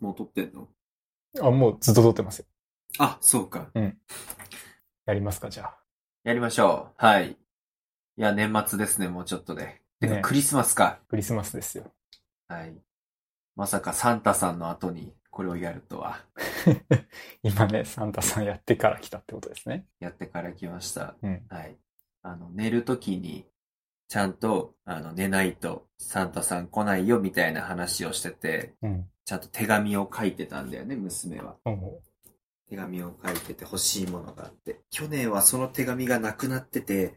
もう撮ってんのあ、もうずっと撮ってますよ。あ、そうか。やりますか、じゃあ。やりましょう。はい。いや、年末ですね、もうちょっとで。てか、ねクリスマスか。クリスマスですよ。 はい。まさかサンタさんの後にこれをやるとは、今ね、サンタさんやってから来たってことですね。やってから来ました。うん。はい。あの、寝るときに、ちゃんと、あの、寝ないと、サンタさん来ないよ、みたいな話をしてて、うん。ちゃんと手紙を書いてたんだよね、娘は。お手紙を書いてて欲しいものがあって。去年はその手紙がなくなってて、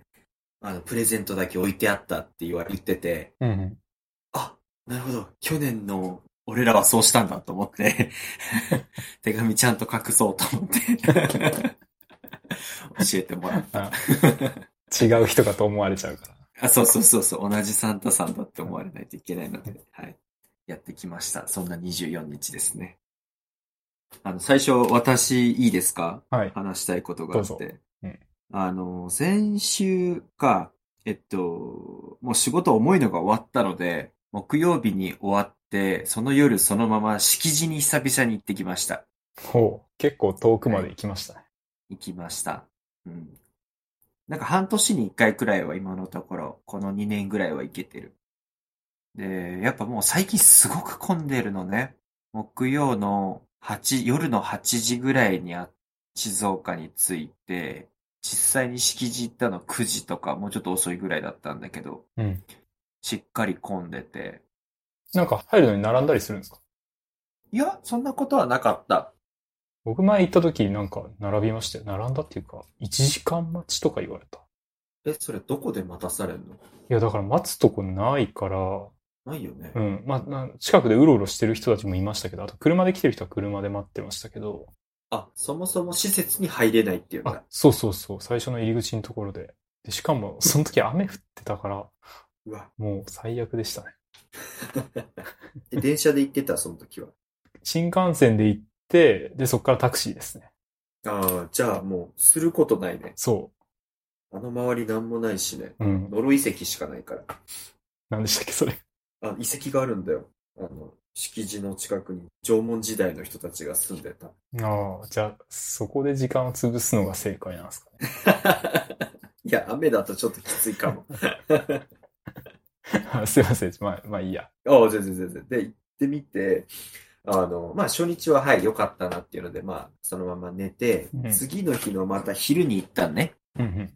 あの、プレゼントだけ置いてあったって言わ言ってて、うんうん。あ、なるほど。去年の俺らはそうしたんだと思って、 手紙ちゃんと隠そうと思って、 教えてもらった。違う人かと思われちゃうから。あ、そうそうそうそう、同じサンタさんだって思われないといけないので、はい。やってきました。そんな24日ですね。あの、最初、私、いいですかはい。話したいことがあっどうぞて。うんあの、先週か、えっと、もう仕事重いのが終わったので、木曜日に終わって、その夜そのまま敷地に久々に行ってきました。ほう。結構遠くまで行きましたね。行きました。うん。なんか半年に一回くらいは今のところ、この2年ぐらいは行けてる。で、やっぱもう最近すごく混んでるのね。木曜の8、夜の8時ぐらいにあ静岡に着いて、実際に敷地行ったの9時とか、もうちょっと遅いぐらいだったんだけど、うん。しっかり混んでて。なんか入るのに並んだりするんですかいや、そんなことはなかった。僕前行った時なんか並びましたよ。並んだっていうか、1時間待ちとか言われた。え、それどこで待たされるのいや、だから待つとこないから、ないよね。うん。まあな、近くでうろうろしてる人たちもいましたけど、あと車で来てる人は車で待ってましたけど、あ、そもそも施設に入れないっていうんあだ。、そうそうそう、最初の入り口のところで。で、しか も、その時雨降ってたから、うわ。もう最悪でしたね。で電車で行ってた、その時は。新幹線で行って、で、そっからタクシーですね。ああ、じゃあもう、することないね。そあの周りなんもないしね。う。うん。ノロ遺跡しかないから。なんでしたっけ、それ。あ、遺跡があるんだよ。あの、敷地の近くに縄文時代の人たちが住ん でた。ああ、じゃあ、そこで時間を潰すのが正解なんですかね。いや、雨だとちょっときついか も。あ すいません。まあ、まあいいや。ああ、全然全然。で、行ってみて、あの、まあ、初日ははい、良かったなっていうので、まあ、そのまま寝てう、ん次の日のまた昼に行ったんね。うんうん。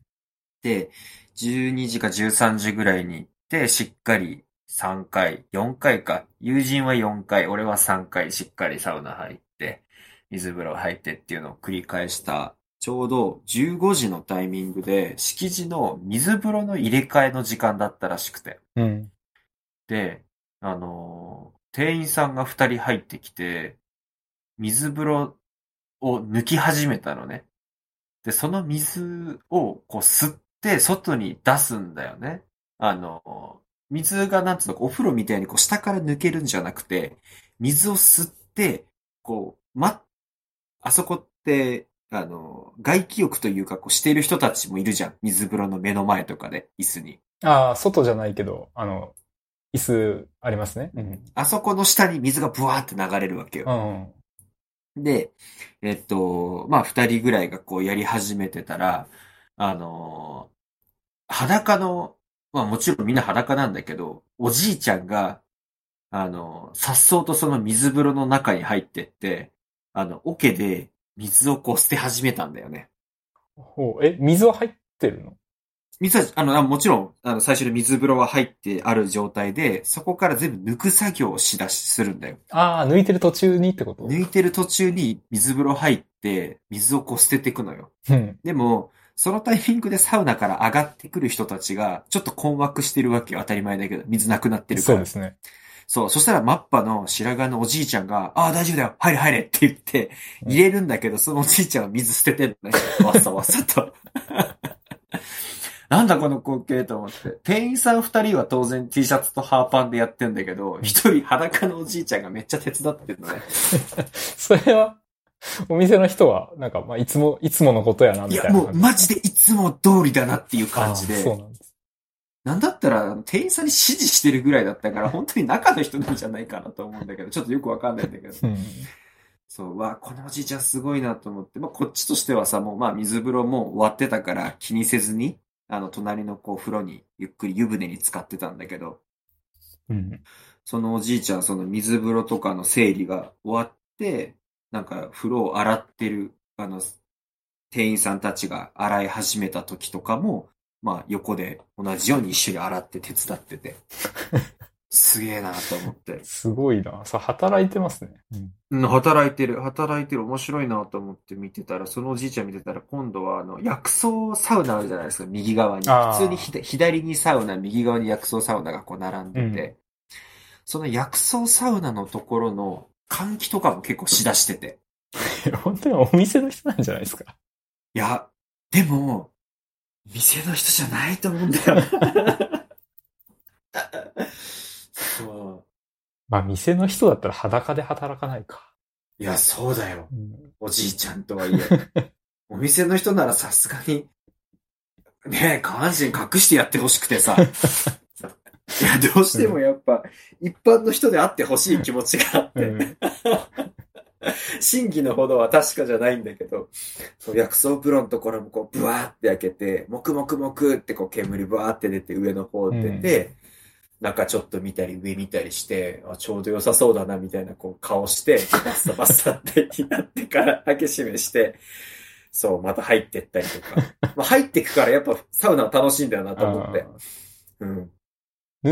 で、12時か13時ぐらいに行って、しっかり3回、4回か。友人は4回、俺は3回、しっかりサウナ入って、水風呂入ってっていうのを繰り返した。ちょうど15時のタイミングで、敷地の水風呂の入れ替えの時間だったらしくて。うん。で、あのー店員さんが2人入ってきて、水風呂を抜き始めたのね。で、その水をこう吸って外に出すんだよね。あのー水がなんつうのか、お風呂みたいにこう下から抜けるんじゃなくて、水を吸って、こう、ま、あそこって、あのー外気浴というか、こうしている人たちもいるじゃん。水風呂の目の前とかで、椅子に。ああ、外じゃないけど、あの、椅子ありますね。うん。あそこの下に水がブワーって流れるわけよう。んうん。で、えっと、まあ、二人ぐらいがこうやり始めてたら、あのー裸の、まあもちろんみんな裸なんだけど、おじいちゃんが、あのー、颯爽とその水風呂の中に入ってって、あの、桶で水をこう捨て始めたんだよね。ほう。え、水は入ってるの水は、あの、あもちろん、あの、最初に水風呂は入ってある状態で、そこから全部抜く作業をしだし、するんだよ。ああ、抜いてる途中にってこと抜いてる途中に水風呂入って、水をこう捨てていくのよ。うん。でも、そのタイミングでサウナから上がってくる人たちが、ちょっと困惑してるわけよ。当たり前だけど、水なくなってるかそうら。ですね。そう。そしたら、マッパの白髪のおじいちゃんが、ああ、大丈夫だよ。入れ入れって言って、うん入れるんだけど、そのおじいちゃんは水捨ててん のね。わさわさと。 なんだこの光景と思って。店員さん二人は当然 T シャツとハーパンでやってんだけど、一人裸のおじいちゃんがめっちゃ手伝ってるのね。 それは、お店の人は、なんか、まあ、いつも、いつものことやな、いみたいや、なもう感じ。マジでいつも通りだなっていう感じあで。ーそうなんです。なんだったら、あの店員さんに指示してるぐらいだったから、本当に中の人なんじゃないかなと思うんだけど、ちょっとよくわかんないんだけど。うん。そう、わあ、このおじいちゃんすごいなと思って、まあ、こっちとしてはさ、もうまあ、水風呂もう終わってたから気にせずに、あの、隣のこう、風呂にゆっくり湯船に浸かってたんだけど、うん。そのおじいちゃん、その水風呂とかの整理が終わって、なんか風呂を洗ってる、あの、店員さんたちが洗い始めた時とかも、まあ横で同じように一緒に洗って手伝ってて。すげえなと思って。すごいな。さ、働いてますね。うん。 うん、働いてる、働いてる、面白いなと思って見てたら、そのおじいちゃん見てたら、今度はあの、薬草サウナあるじゃないですか、右側に。あー普通にひだ左にサウナ、右側に薬草サウナがこう並んでて、その薬草サウナのところの換気とかも結構しだしてて。本当にお店の人なんじゃないですか。いや、でも、店の人じゃないと思うんだよ。 そまあ、店の人だったら裸で働かないか。う。いや、そうだよ。うん。おじいちゃんとはいえ。お店の人ならさすがに、ねえ、下半身隠してやってほしくてさ。いや、どうしてもやっぱ、一般の人であってほしい気持ちがあっうて、ん真偽のほどは確かじゃないんだけど、そう、薬草風呂のところもこう、ブワーって開けて、もくもくもくってこう、煙ブワーって出て、上の方出て、中ちょっと見たり、上見たりして、あちょうど良さそうだな、みたいなこう、顔して、バッサバッサってなってから、開け閉めして、そう、また入ってったりと か。まあ、入ってくからやっぱサウナは楽しいんだよなと 思って。あうーん。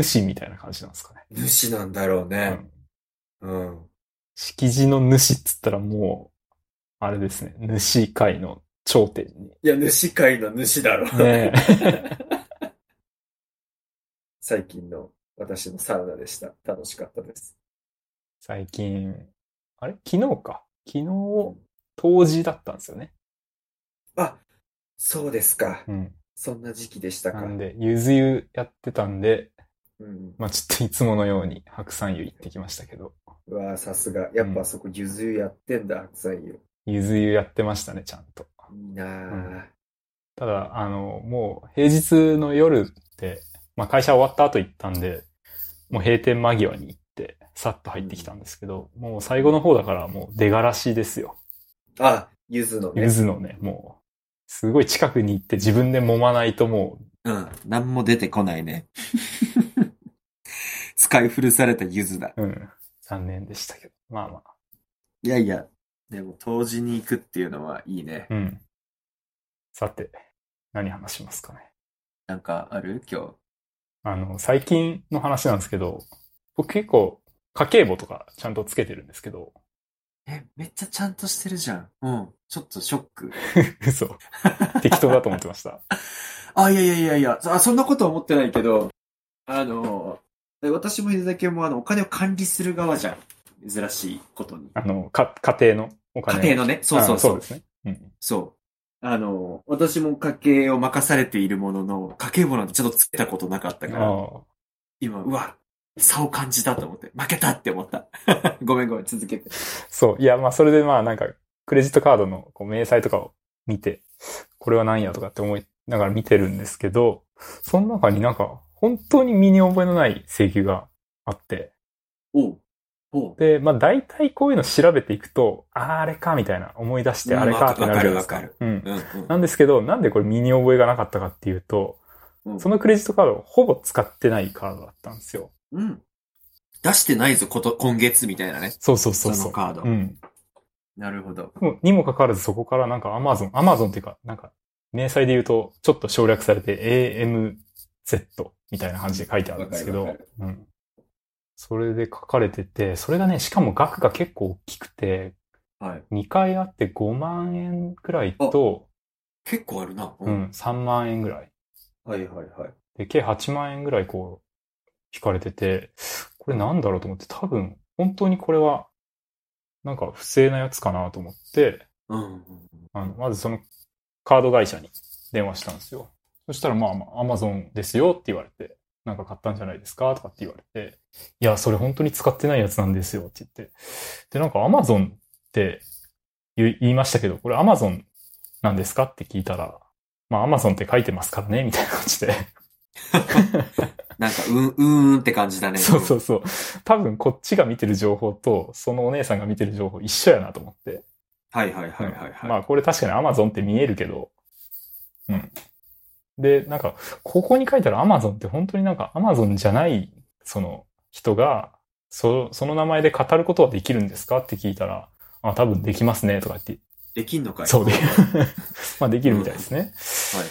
主みたいな感じなんですかね。主なんだろうねう。んうん。敷地の主っつったらもう、あれですね。主界の頂点に。いや、主界の主だろうねえ。最近の私のサウナでした。楽しかったです。 最近、あれ昨日か。昨日、冬至だったんですよね。あ、そうですか。うん。そんな時期でしたなか。んで、ゆず湯やってたんで、うん。まあちょっといつものように白山湯行ってきましたけど、うわあさすが。やっぱそこ、ゆず湯やってんだ、白菜湯。ゆず湯やってましたね、ちゃんと。いいなあただ、あの、もう平日の夜って、まあ会社終わった後行ったんで、もう閉店間際に行って、さっと入ってきたんですけど、もう最後の方だからもう出がらしですよ。あ、ゆずのゆね。ずのね、もう、すごい近くに行って自分で揉まないともう、うん。なんも出てこないね。 使い古されたゆずだ。うん、残念でしたけど。まあまあ、いやいや。でも、当時に行くっていうのはいいね。うん。さて、何話しますかね。なんかある今日。あの、最近の話なんですけど、僕結構家計簿とかちゃんとつけてるんですけど、え、めっちゃちゃんとしてるじゃん。うん。ちょっとショック。嘘。適当だと思ってました。 あ、いやいやいやいや、そあ そんなことは思ってないけど、あの、え私も犬だけもあの、お金を管理する側じゃん。珍しいことに。あの、か、家庭のお家金を。庭のね、そうそうあそう。ですね。うん。そう。あの、私も家計を任されているものの、家計簿なんてちょっとつけたことなかったから、ああ今、うわ、差を感じたと思って、負けたって思った。 ごめんごめん、続けて。そう。いや、まあ、それでまあ、なんか、クレジットカードのこう明細とかを見て、これは何やとかって思いながら見てるんですけど、その中になんか、本当に身に覚えのない請求があって、おう。おう。で、まあ大体こういうの調べていくと、ああ、あれかみたいな思い出して、うんあれかってなるじゃないですか。わかるうん。うんうん。なんですけど、なんでこれ身に覚えがなかったかっていうと、うんそのクレジットカードをほぼ使ってないカードだったんですよ。うん。出してないぞ、こと、今月みたいなね。そうそうそそうのそう。カード。うん。なるほど。でもにもかかわらずそこからなんか Amazon、Amazon っていうか、なんか、明細で言うと、ちょっと省略されて AMZ みたいな感じで書いてあるんですけわかどるわ、うん。それで書かれてて、それがね、しかも額が結構大きくて、はい。 2回あって5万円くらいと、結構あるな。う。ん、3万円ぐらい。はいはいはい。で、計8万円ぐらいこう、引かれてて、これなんだろうと思って、多分、本当にこれは、なんか不正なやつかなと思って、うんうんあの、まずそのカード会社に電話したんですよ。そしたら、まあまあ、アマゾンですよって言われて、なんか買ったんじゃないですかとかって言われて、いや、それ本当に使ってないやつなんですよって言って。で、なんかアマゾンって言い言いましたけど、これアマゾンなんですかって聞いたら、まあ、アマゾンって書いてますからねみたいな感じで。なんか、うん、うーんって感じだね。そうそうそう。多分こっちが見てる情報と、そのお姉さんが見てる情報一緒やなと思って。はいはいはいはい、はいまあこれ確かに Amazon って見えるけど、うん。で、なんか、ここに書いてある Amazon って本当になんか Amazon じゃない、その人が、そその名前で語ることはできるんですかって聞いたら、あ、多分できますね、とかって。できんのかいそうで はい、まあできるみたいですね。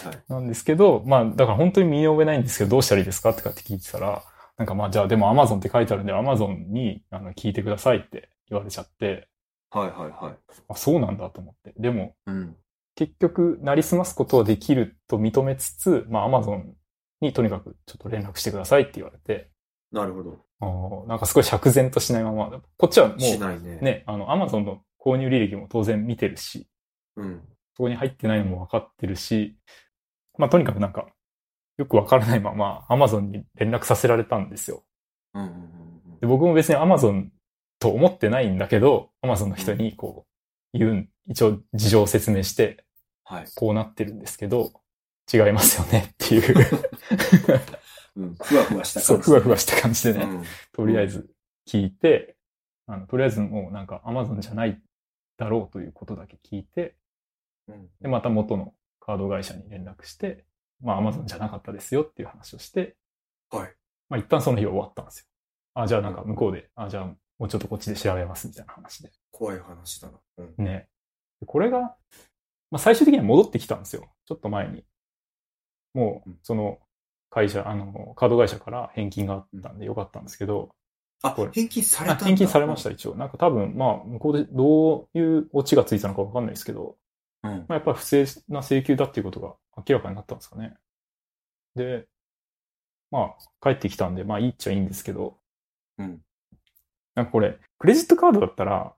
はい。なんですけど、まあ、だから本当に身に覚えないんですけど、どうしたらいいですかってかって聞いてたら、なんかまあ、じゃあでも Amazon って書いてあるんで、Amazon にあの聞いてくださいって言われちゃって、はいはいはい。あ、そうなんだと思って。でも、うん。結局、なりすますことはできると認めつつ、まあ、Amazon にとにかくちょっと連絡してくださいって言われて、なるほど。あーなんかすごい釈然としないまま、こっちはもしうないね。。ね、あの、Amazon の購入履歴も当然見てるし、うん。そこに入ってないのも分かってるし、まあとにかくなんか、よく分からないまま Amazon に連絡させられたんですよ。うんうんうんうで僕も別に Amazon と思ってないんだけど、Amazon の人にこう、言うん、一応事情を説明して、ん。はい。こうなってるんですけど、違いますよねっていう、うん。ふわふわしたそう、ふわふわした感じでね、うん。とりあえず聞いて、あの、とりあえずもうなんか Amazon じゃないだろうということだけ聞いて、うんで、また元のカード会社に連絡して、まあ、Amazon じゃなかったですよっていう話をして、はい。まあ、一旦その日は終わったんですよ。あ、じゃあなんか向こうで、あ、じゃあもうちょっとこっちで調べますみたいな話で。怖い話だな。うん。ね。でこれが、まあ、最終的には戻ってきたんですよ。ちょっと前に。もううん、その会社、あの、カード会社から返金があったんでよかったんですけど、あこれ、返金されあたんだ返金されました、。一応。なんか多分、まあ、向こうでどういうオチがついたのかわかんないですけど、うん。まあ、やっぱり不正な請求だっていうことが明らかになったんですかね。で、まあ、帰ってきたんで、まあ、いいっちゃいいんですけど、うん。なんかこれ、クレジットカードだったら、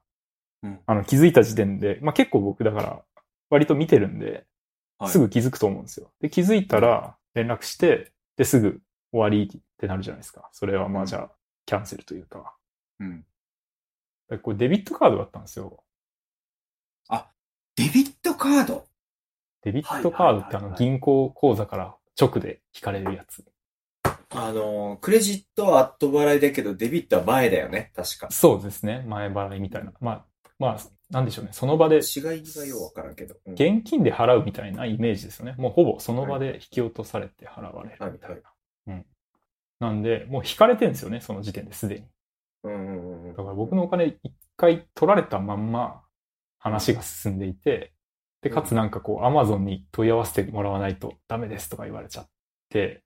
うんあの気づいた時点で、まあ結構僕だから、割と見てるんで、はいすぐ気づくと思うんですよ。で、気づいたら連絡して、で、すぐ終わりってなるじゃないですか。それはまあじゃあ、キャンセルというか。うん。でこれデビットカードだったんですよ。デビットカードデビットカードってはいはいはあいのはい銀行口座から直で引かれるやつ。あのー、クレジットは後払いだけど、デビットは前だよね。確か。そうですね。前払いみたいな。まあ、まあ、なんでしょうね。その場で、違いがようわからんけど。うん現金で払うみたいなイメージですよね。もうほぼその場で引き落とされて払われるみたいな。はうん。なんで、もう引かれてるんですよね、その時点ですでに。うんうんうんうんだから僕のお金一回取られたまんま話が進んでいて、で、かつなんかこう、アマゾンに問い合わせてもらわないとダメですとか言われちゃって、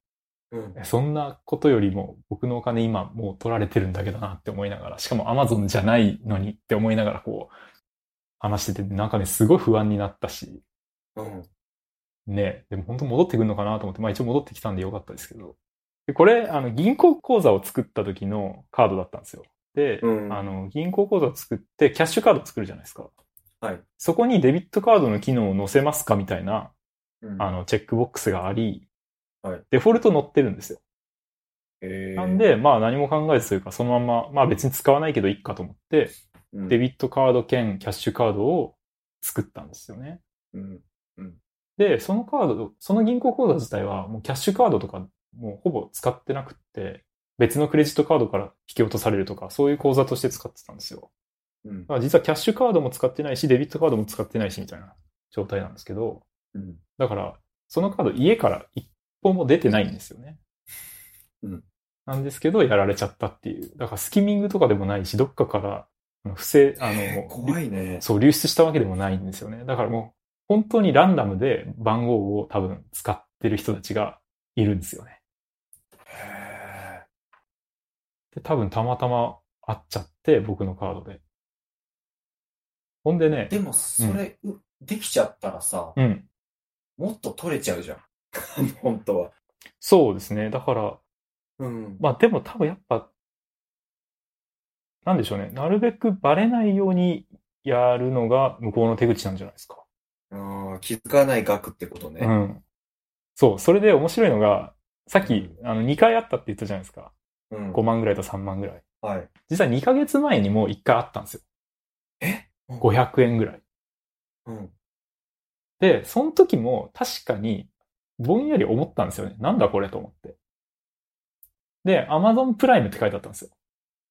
うん。そんなことよりも僕のお金今もう取られてるんだけどなって思いながら、しかも Amazon じゃないのにって思いながらこう話してて、なんかね、すごい不安になったし、うん。ね、でも本当戻ってくるのかなと思って、まあ一応戻ってきたんでよかったですけど。で、これ、あの、銀行口座を作った時のカードだったんですよ。で、うんあの、銀行口座を作って、キャッシュカードを作るじゃないですか。はい。そこにデビットカードの機能を載せますかみたいな、うんあの、チェックボックスがあり、はいデフォルト載ってるんですよ。えーなん、で、まあ何も考えずというか、そのまんま、まあ別に使わないけどいっかと思って、うんデビットカード兼キャッシュカードを作ったんですよね。うん。で、そのカード、その銀行口座自体はもうキャッシュカードとかもうほぼ使ってなくって、別のクレジットカードから引き落とされるとか、そういう口座として使ってたんですよ。うんだ。から実はキャッシュカードも使ってないし、デビットカードも使ってないしみたいな状態なんですけど、うん。だから、そのカード家から一歩も出てないんですよね。うん。なんですけど、やられちゃったっていう。だから、スキミングとかでもないし、どっかから、あの不正、あの、えー怖いね。そう、流出したわけでもないんですよね。だからもう、本当にランダムで番号を多分使ってる人たちがいるんですよね。へで、多分たまたま会っちゃって、僕のカードで。ほんでー、ねでも、それ、うできちゃったらさ、うん。もっと取れちゃうじゃ ん。本当は。そうですね。だから、うん。まあでも多分やっぱ、なんでしょうね。なるべくバレないようにやるのが向こうの手口なんじゃないですか。うん気づかない額ってことうね。ん。そう。それで面白いのが、さっき、あの、2回あったって言ったじゃないですか。うん。 5万ぐらいと3万ぐらい。はい。実は2ヶ月前にもう1回あったんですよ。えうん500円ぐらい。うん。で、その時も確かに、ぼんやり思ったんですよね。なんだこれと思って。で、Amazon プライムって書いてあったんですよ。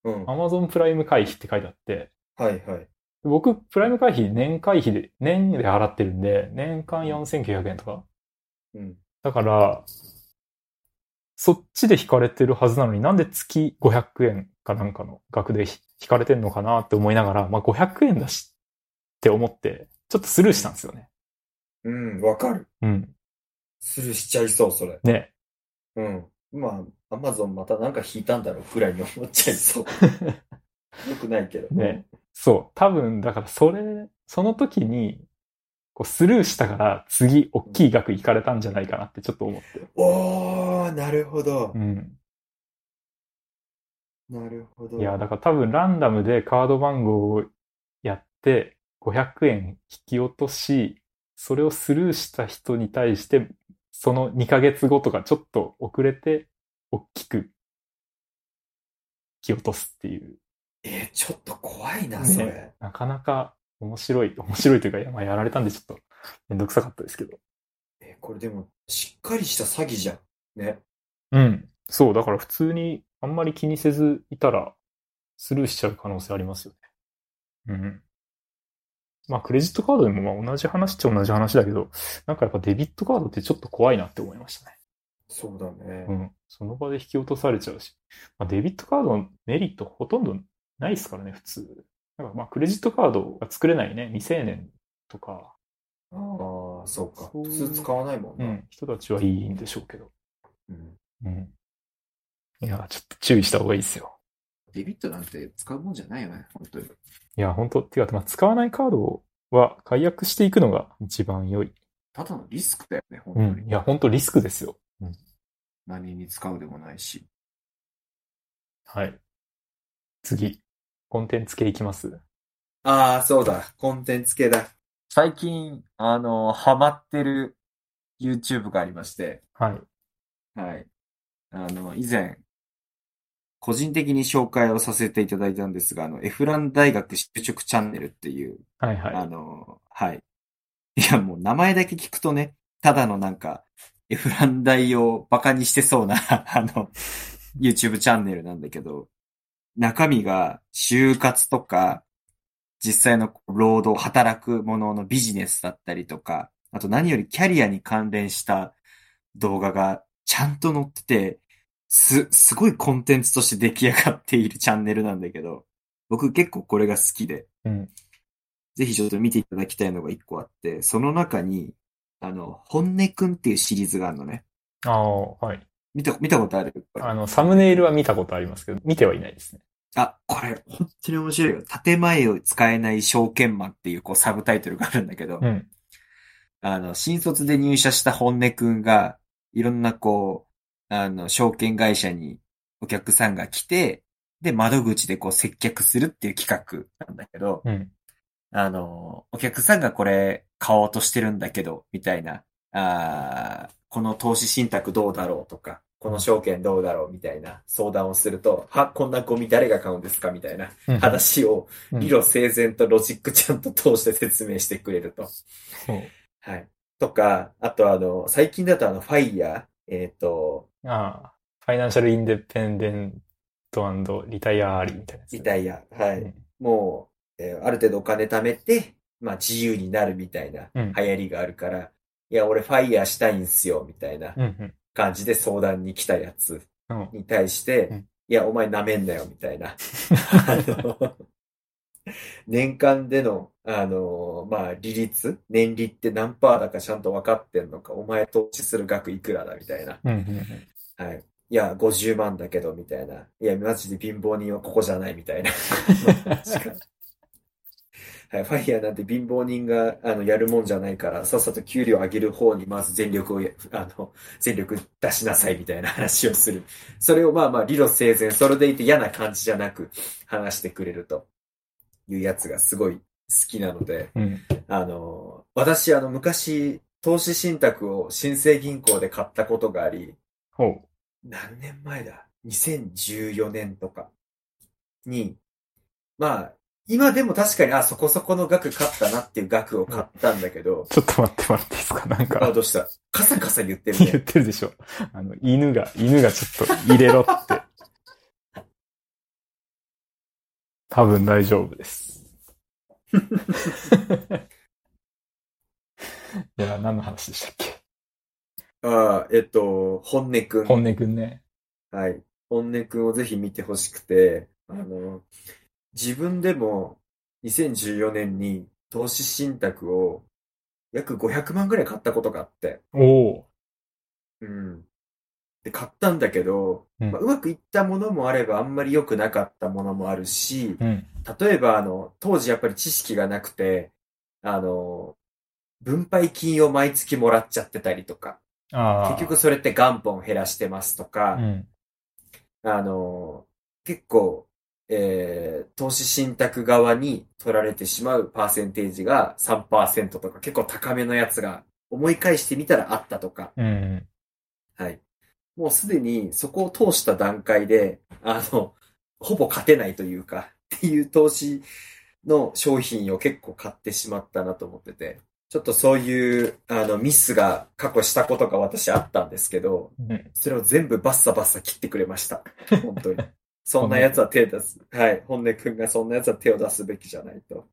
うん。はい Amazon プライム会費って書いてあって、はい。僕、プライム会費年会費で、年で払ってるんで、年間4900円とか。うん。だから、そっちで引かれてるはずなのになんで月500円かなんかの額で引かれてんのかなって思いながら、まあ500円だしって思って、ちょっとスルーしたんですよね。うん、わかる。うん。スルーしちゃいそう、それ。ね。うん。まあ、アマゾンまたなんか引いたんだろうぐらいに思っちゃい そう。よくないけど。ね。そう。多分、だからそれ、その時に、こうスルーしたから次大きい額引かれたんじゃないかなってちょっと思って。おー、なるほどう。ん。なるほど。いや、だから多分ランダムでカード番号をやって、500円引き落とし、それをスルーした人に対して、その2ヶ月後とかちょっと遅れて、大きく引き落とすっていう、えー、ちょっと怖いな、ねそれ。なかなか面白い、面白いというかいや、まあ、やられたんでちょっとめんどくさかったですけど。えーこれでも、しっかりした詐欺じゃん。ね。うん。そう、だから普通にあんまり気にせずいたら、スルーしちゃう可能性ありますよね。うん。まあ、クレジットカードでもまあ同じ話っちゃ同じ話だけど、なんかやっぱデビットカードってちょっと怖いなって思いましたね。そうだね。うん。その場で引き落とされちゃうし、まあ、デビットカードのメリットほとんどないですからね、普通。なんかまあ、クレジットカードが作れないね、未成年とか、ああ、そうか。そう普通使わないもんうな。ん、人たちはいいんでしょうけど。うんうん。いや、ちょっと注意した方がいいですよ。デビットなんて使うもんじゃないよね、本当に。いや、本当っていうか、まあ、使わないカードは解約していくのが一番良い。ただのリスクだよね、本う当ん。いに。や、本当リスクですよ。何に使うでもないし。はい。次。コンテンツ系いきます。ああ、そうだ。コンテンツ系だ。最近、あの、ハマってる YouTube がありまして、はい。はい。あの、以前、個人的に紹介をさせていただいたんですが、あの、エフラン大学就職チャンネルっていう、はいあはの、はい。いや、もう名前だけ聞くとね、ただのなんか、エフラン大をバカにしてそうな、 あの、YouTube チャンネルなんだけど、中身が就活とか、実際の労働、働くもののビジネスだったりとか、あと何よりキャリアに関連した動画がちゃんと載ってて、す、すごいコンテンツとして出来上がっているチャンネルなんだけど、僕結構これが好きで、い。うん。ぜひちょっと見ていただきたいのが一個あって、その中に、あの、本音くんっていうシリーズがあるのね。ああ、はい。見た、見たことあるああの、サムネイルは見たことありますけど、見てはいないですね。これ、本当に面白いよ。建前を使えない証券マンっていう、こう、サブタイトルがあるんだけど、うん。あの、新卒で入社した本音くんが、いろんな、こう、あの、証券会社にお客さんが来て、で、窓口でこう、接客するっていう企画なんだけど、うん。あの、お客さんがこれ買おうとしてるんだけど、みたいな、あーこの投資信託どうだろうとか、この証券どうだろうみたいな相談をすると、は、こんなゴミ誰が買うんですかみたいなうん。話を、うん理路整然とロジックちゃんと通して説明してくれると。そう。はい。とか、あとあの、最近だとあの、ファイヤー、えっ、と、ああ、ファイナンシャルインデペンデントリタイアーリーみたいなやつ。リタイア、はうい。んもう、えーある程度お金貯めて、まあ自由になるみたいなう流ん行りがあるから、いや、俺ファイヤーしたいんすよ、みたいなうん感じで相談に来たやつうん。うん。に対して、うんいや、お前舐めんなよ、みた いな。あの年間での、あの、まあ、利率、年利って何パーだかちゃんと分かってんのか、お前投資する額いくらだ、みたいな。うんうんはい。いや、50万だけど、みたいな。いや、マジで貧乏人はここじゃない、みたいな。はい、ファイヤーなんて貧乏人があのやるもんじゃないから、さっさと給料上げる方にまず全力をや、あの、全力出しなさいみたいな話をする。それをまあまあ理路整然、それでいて嫌な感じじゃなく話してくれるというやつがすごい好きなので、うん。うん。あの、私あの昔、投資信託を新生銀行で買ったことがあり、ほう。何年前だ ?2014 年とかに、まあ、今でも確かに、あ、そこそこの額買ったなっていう額を買ったんだけど、ちょっと待ってもらっていいですかなんあ、か、どうしたカサカサ言ってる言っね。てるでしょ。あの、犬が、犬がちょっと入れろって。多分大丈 夫です。いや、何の話でしたっけあえっと、本音くん。本音くんね。はい。本音くんをぜひ見てほしくて、あの、自分でも2014年に投資信託を約500万ぐらい買ったことがあって、おおうん。で、買ったんだけど、うんまあうまくいったものもあれば、あんまり良くなかったものもあるし、ー。うん。例えば、あの、当時やっぱり知識がなくて、あの、分配金を毎月もらっちゃってたりとか、ああ。結局それって元本減らしてますとか、うん。あの、結構、えー、投資信託側に取られてしまうパーセンテージが3%とか結構高めのやつが思い返してみたらあったとか、うん。はい。もうすでにそこを通した段階で、あの、ほぼ勝てないというか、っていう投資の商品を結構買ってしまったなと思ってて、ちょっとそういう、あの、ミスが過去したことが私あったんですけど、うん。それを全部バッサバッサ切ってくれました。本当 に。そんな奴は手出す。はい。本音くんがそんな奴は手を出すべきじゃないと。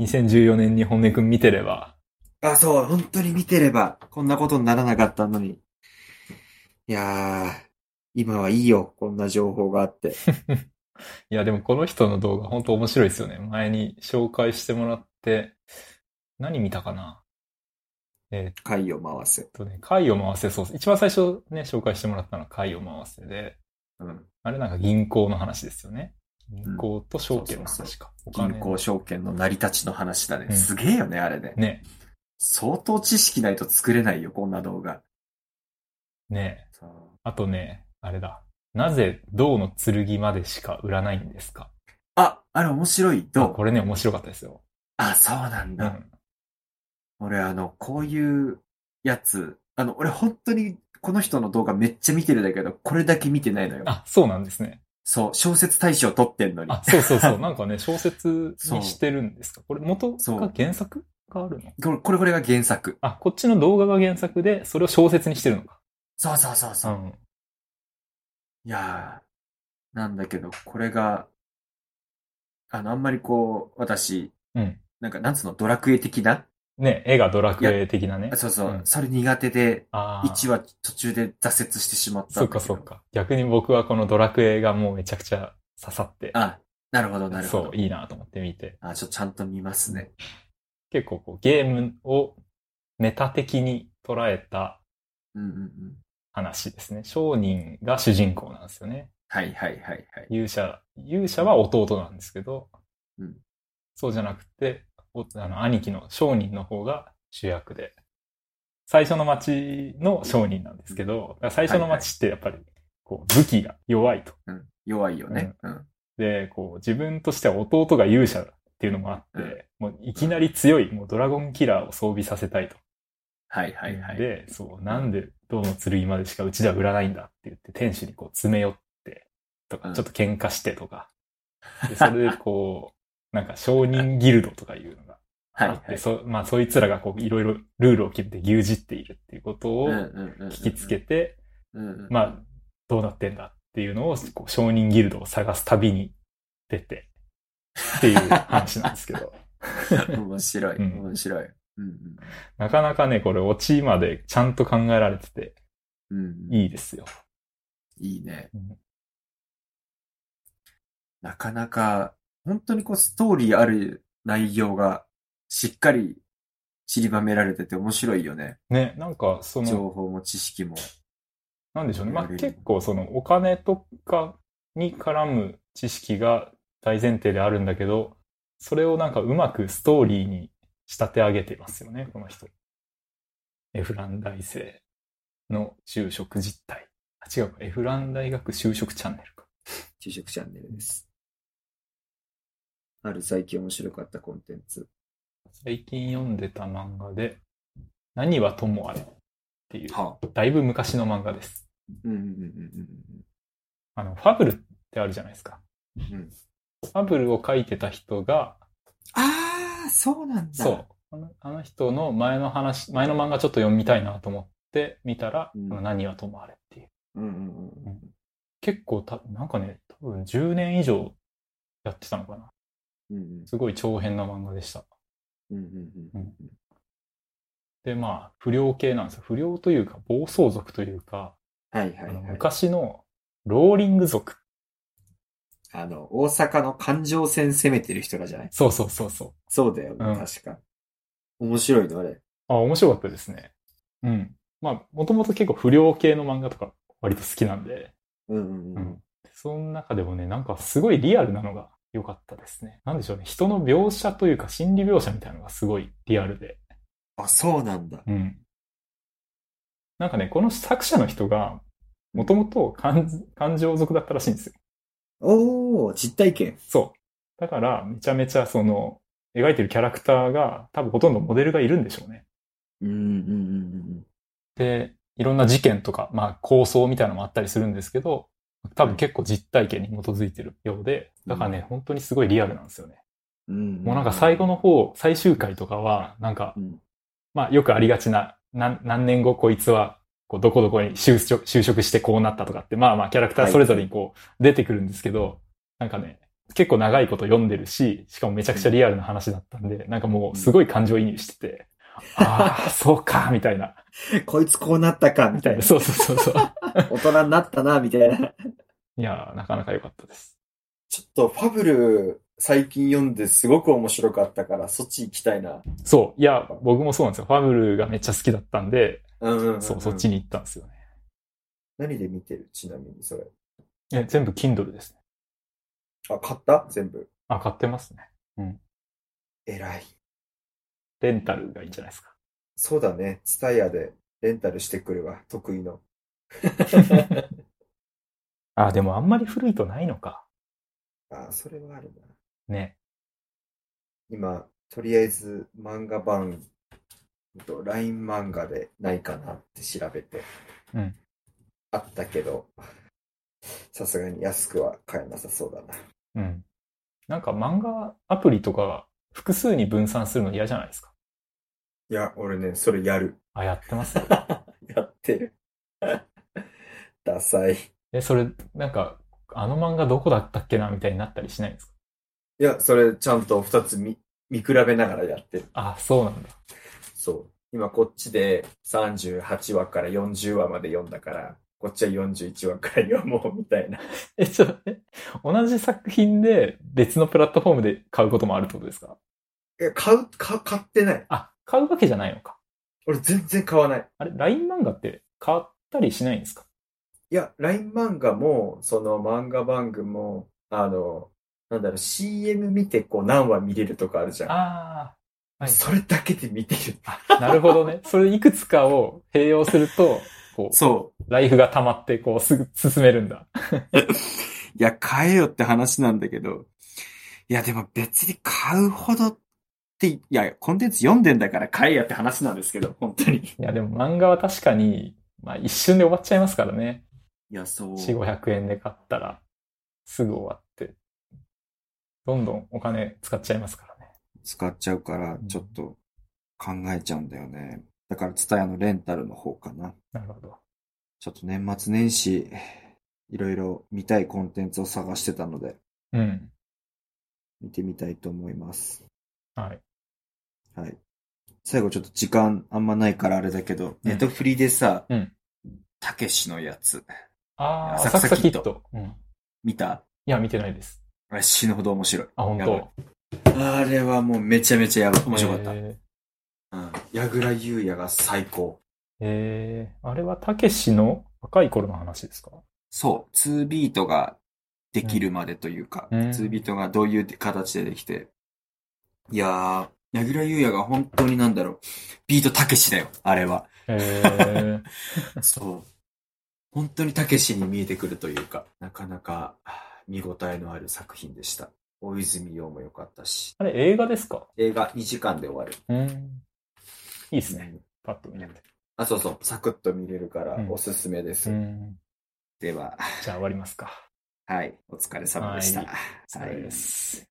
2014年に本音くん見てれば、あ、そう。本当に見てれば、こんなことにならなかったのに。いやー、今はいいよ。こんな情報があって。いや、でもこの人の動画本当面白いですよね。前に紹介してもらって、何見たかなえーっ回を回せ。とね、回を回せそう。一番最初ね、紹介してもらったのは回を回せで、うん、あれなんか銀行の話ですよね。銀行と証券のそう話か。お金銀の行証券の成り立ちの話だね。うんすげえよね、あれね。ね、相当知識ないと作れないよ、こんな動画。ね。そうあとね、あれだ。なぜ銅の剣までしか売らないんですかあ、あれ面白い。どうこれね、面白かったですよ。あ、そうなんうだ。ん。俺、あの、こういうやつ、あの、俺本当にこの人の動画めっちゃ見てるんだけど、これだけ見てないのよ。あ、そうなんですね。そう、小説大賞取ってんのに。あ、そうそ うそう。なんかね、小説にしてるんですかこれ元そうが原作があるのこれ、これこれが原作。あ、こっちの動画が原作で、それを小説にしてるのか。そうそうそうそう。ん。いやー、なんだけど、これが、あの、あんまりこう、私、うん。なんか、なんつうの、ドラクエ的なね、絵がドラクエ的なね。そうそう、うんそれ苦手で、ああ。 1話途中で挫折してしまったんだそけうど。かそうか。逆に僕はこのドラクエがもうめちゃくちゃ刺さって、あ、なるほど、なるほそどう、。いいなと思って見て、あ、ちょっとちゃんと見ますね。結構こうゲームをメタ的に捉えたうんうんうん。話ですね。商人が主人公なんですよね。はいはいはいはい。勇者、勇者は弟なんですけど、うんそうじゃなくて、おあの兄貴の商人の方が主役で、最初の町の商人なんですけど、最初の町ってやっぱりこう武器が弱いと。うん、弱いよね。うん。で、こう、自分としては弟が勇者っていうのもあって、もういきなり強い、もうドラゴンキラーを装備させたいと。はいはいはい。で、そう、なんで銅の剣までしかうちでは売らないんだって言って、天使にこう詰め寄って、とうか、んちょっと喧嘩してとか、でそれでこう、 なんか商人ギルドとかいうのがあはいって、はい。そまあそいつらがこういろいろルールを決めて牛耳っているっていうことを聞きつけて、うんうんうん、まあ、どうなってんだっていうのを、こう、承認ギルドを探す旅に出て、っていう話なんですけど、 面白い、うん面白い。うんなかなかね、これ、オチまでちゃんと考えられてて、うん。うん、いいいですよ。いいいねうん。なかなか、本当にこう、ストーリーある内容が、しっかり散りばめられてて面白いよね。ね、なんか、その、情報も知識も。なんでしょうね。まあ、うん結構、その、お金とかに絡む知識が大前提であるんだけど、それをなんか、うまくストーリーに仕立て上げてますよね、この人。エフラン大生の就職実態。あ、違うか。エフラン大学就職チャンネルか。昼食チャンネルです。ある最近面白かったコンテンツ。最近読んでた漫画で、何はともあれっていう、はあ、だいぶ昔の漫画です。うんうんうんうんあの、ファブルってあるじゃないですか。うん。ファブルを書いてた人が、ああ、そうなんだ。そう。あのあの人の前の話、前の漫画ちょっと読みたいなと思って見たら、うん何はともあれっていう。う。うんうんうん。結構た、なんかね、多分10年以上やってたのかな。うんうんすごい長編な漫画でした。うんうんうんで、まあ、不良系なんですよ。不良というか、暴走族というか、はいはいあのはい。昔のローリング族。あの、大阪の環状線攻めてる人らじゃないそうそうそうそう。そうだよね、うん確か。面白いの、あれ。あ、面白かったですね。うん。まあ、もともと結構不良系の漫画とか割と好きなんで、うんうんうん。その中でもね、なんかすごいリアルなのが良かったですね。なんでしょうね。人の描写というか心理描写みたいなのがすごいリアルで。あ、そうなんだ。うん。なんかね、この作者の人が、もともと感感情族だったらしいんですよ。おー、実体験。そう。だから、めちゃめちゃその、描いてるキャラクターが、多分ほとんどモデルがいるんでしょうね。うんうんうんで、いろんな事件とか、まあ構想みたいなのもあったりするんですけど、多分結構実体験に基づいてるようで、だからね、本当にすごいリアルなんですよね。うんうん。もうなんか最後の方、最終回とかは、なんかう、ん。まあよくありがちな、なん何年後こいつは、こうどこどこに就職就職してこうなったとかって、まあまあキャラクターそれぞれにこう出てくるんですけど、なんかね、結構長いこと読んでるし、しかもめちゃくちゃリアルな話だったんで、なんかもうすごい感情移入して て、ああ、そうか、みたいな。こいつこうなったか、みみたたいいなな。。そうそうそうそう。大人になったな、みたいな。いやー、なかなか良かったです。ちょっと、ファブル、最近読んですごく面白かったから、そっち行きたいな。そう。いや、僕もそうなんですよ。ファブルがめっちゃ好きだったんで、うんうん、うん。そう、そっち。に行ったんですよね。何で見てるちなみに、それ。え、全部 Kindle ですね。あ、買った全部。あ、買ってますね。偉い。レンタルがいいんじゃないですか。そうだね。ツタヤでレンタルしてくるわ。得意 の。あ、でもあんまり古いとないのか。あ、それはあるな。ね。今、とりあえず漫画版、えっと LINE 漫画でないかなって調べて。うんあったけど、さすがに安くは買えなさそうだな。うん。なんか漫画アプリとか複数に分散するの嫌じゃないですか。いや、俺ね、それやる。あ、やって ます。やってる。 ダサい。いえ、それ、なんか、あの漫画どこだったっけなみたいになったりしないんですかや、それちゃんと二つ見、見比べながらやってる。あ、そうなんだ。そう。今こっちで38話から40話まで読んだから、こっちは41話から読もうみたいな。え、ちょっと、え、同じ作品で別のプラットフォームで買うこともあるってことですかいや、買う、買う、買ってない。あ、買うわけじゃないのか。俺全然買わない。あれ、LINE 漫画って買ったりしないんですかいや、LINE 漫画も、その漫画番組も、あの、なんだろう、CM 見てこう何話見れるとかあるじゃん。ああ、はい。それだけで見てる。 なるほどね。それいくつかを併用すると、こう、そライフが溜まって、こう、すぐ進めるんだ。う。いや、買えよって話なんだけど。いや、でも別に買うほどって、いや、コンテンツ読んでんだから買えやって話なんですけど、本当に。いいや、でも漫画は確かに、まあ一瞬で終わっちゃいますからね。や、そう。 4、500円で買ったら、すぐ終わって、どんどんお金使っちゃいますからね。使っちゃうから、ちょっと考えちゃうんだよね。だから、ツタヤのレンタルの方かな。なるほど。ちょっと年末年始、いろいろ見たいコンテンツを探してたので、うん。見てみたいと思います。はい。はい。最後ちょっと時間あんまないからあれだけど、うんネットフリでさうん、たけしのやつ、ああ、浅草浅草キッキッド。うん。い見たや、見てないです。あれ死ぬほど面白い。あ、本やばい当。あれはもうめちゃめちゃやばい。面白かった。へうん。ー矢倉優也が最高。えー、あれはたけしの若い頃の話ですかそう、2ビートができるまでというか、うん2ビートがどういう形でできて。いやー、柳楽優也が本当になんだろう、ビートたけしだよ、あれ は。え ー、そう。本当にたけしに見えてくるというか、なかなか はあ見応えのある作品でした。大泉洋も良かったし、あれ映画ですか映画2時間で終わる。うん。いいですね。うんパッと見なくて。あ、そうそう、サクッと見れるからうんおすすめです。うん。では、じゃあ終わりますか。はい。お疲れ様でした。はいはいです。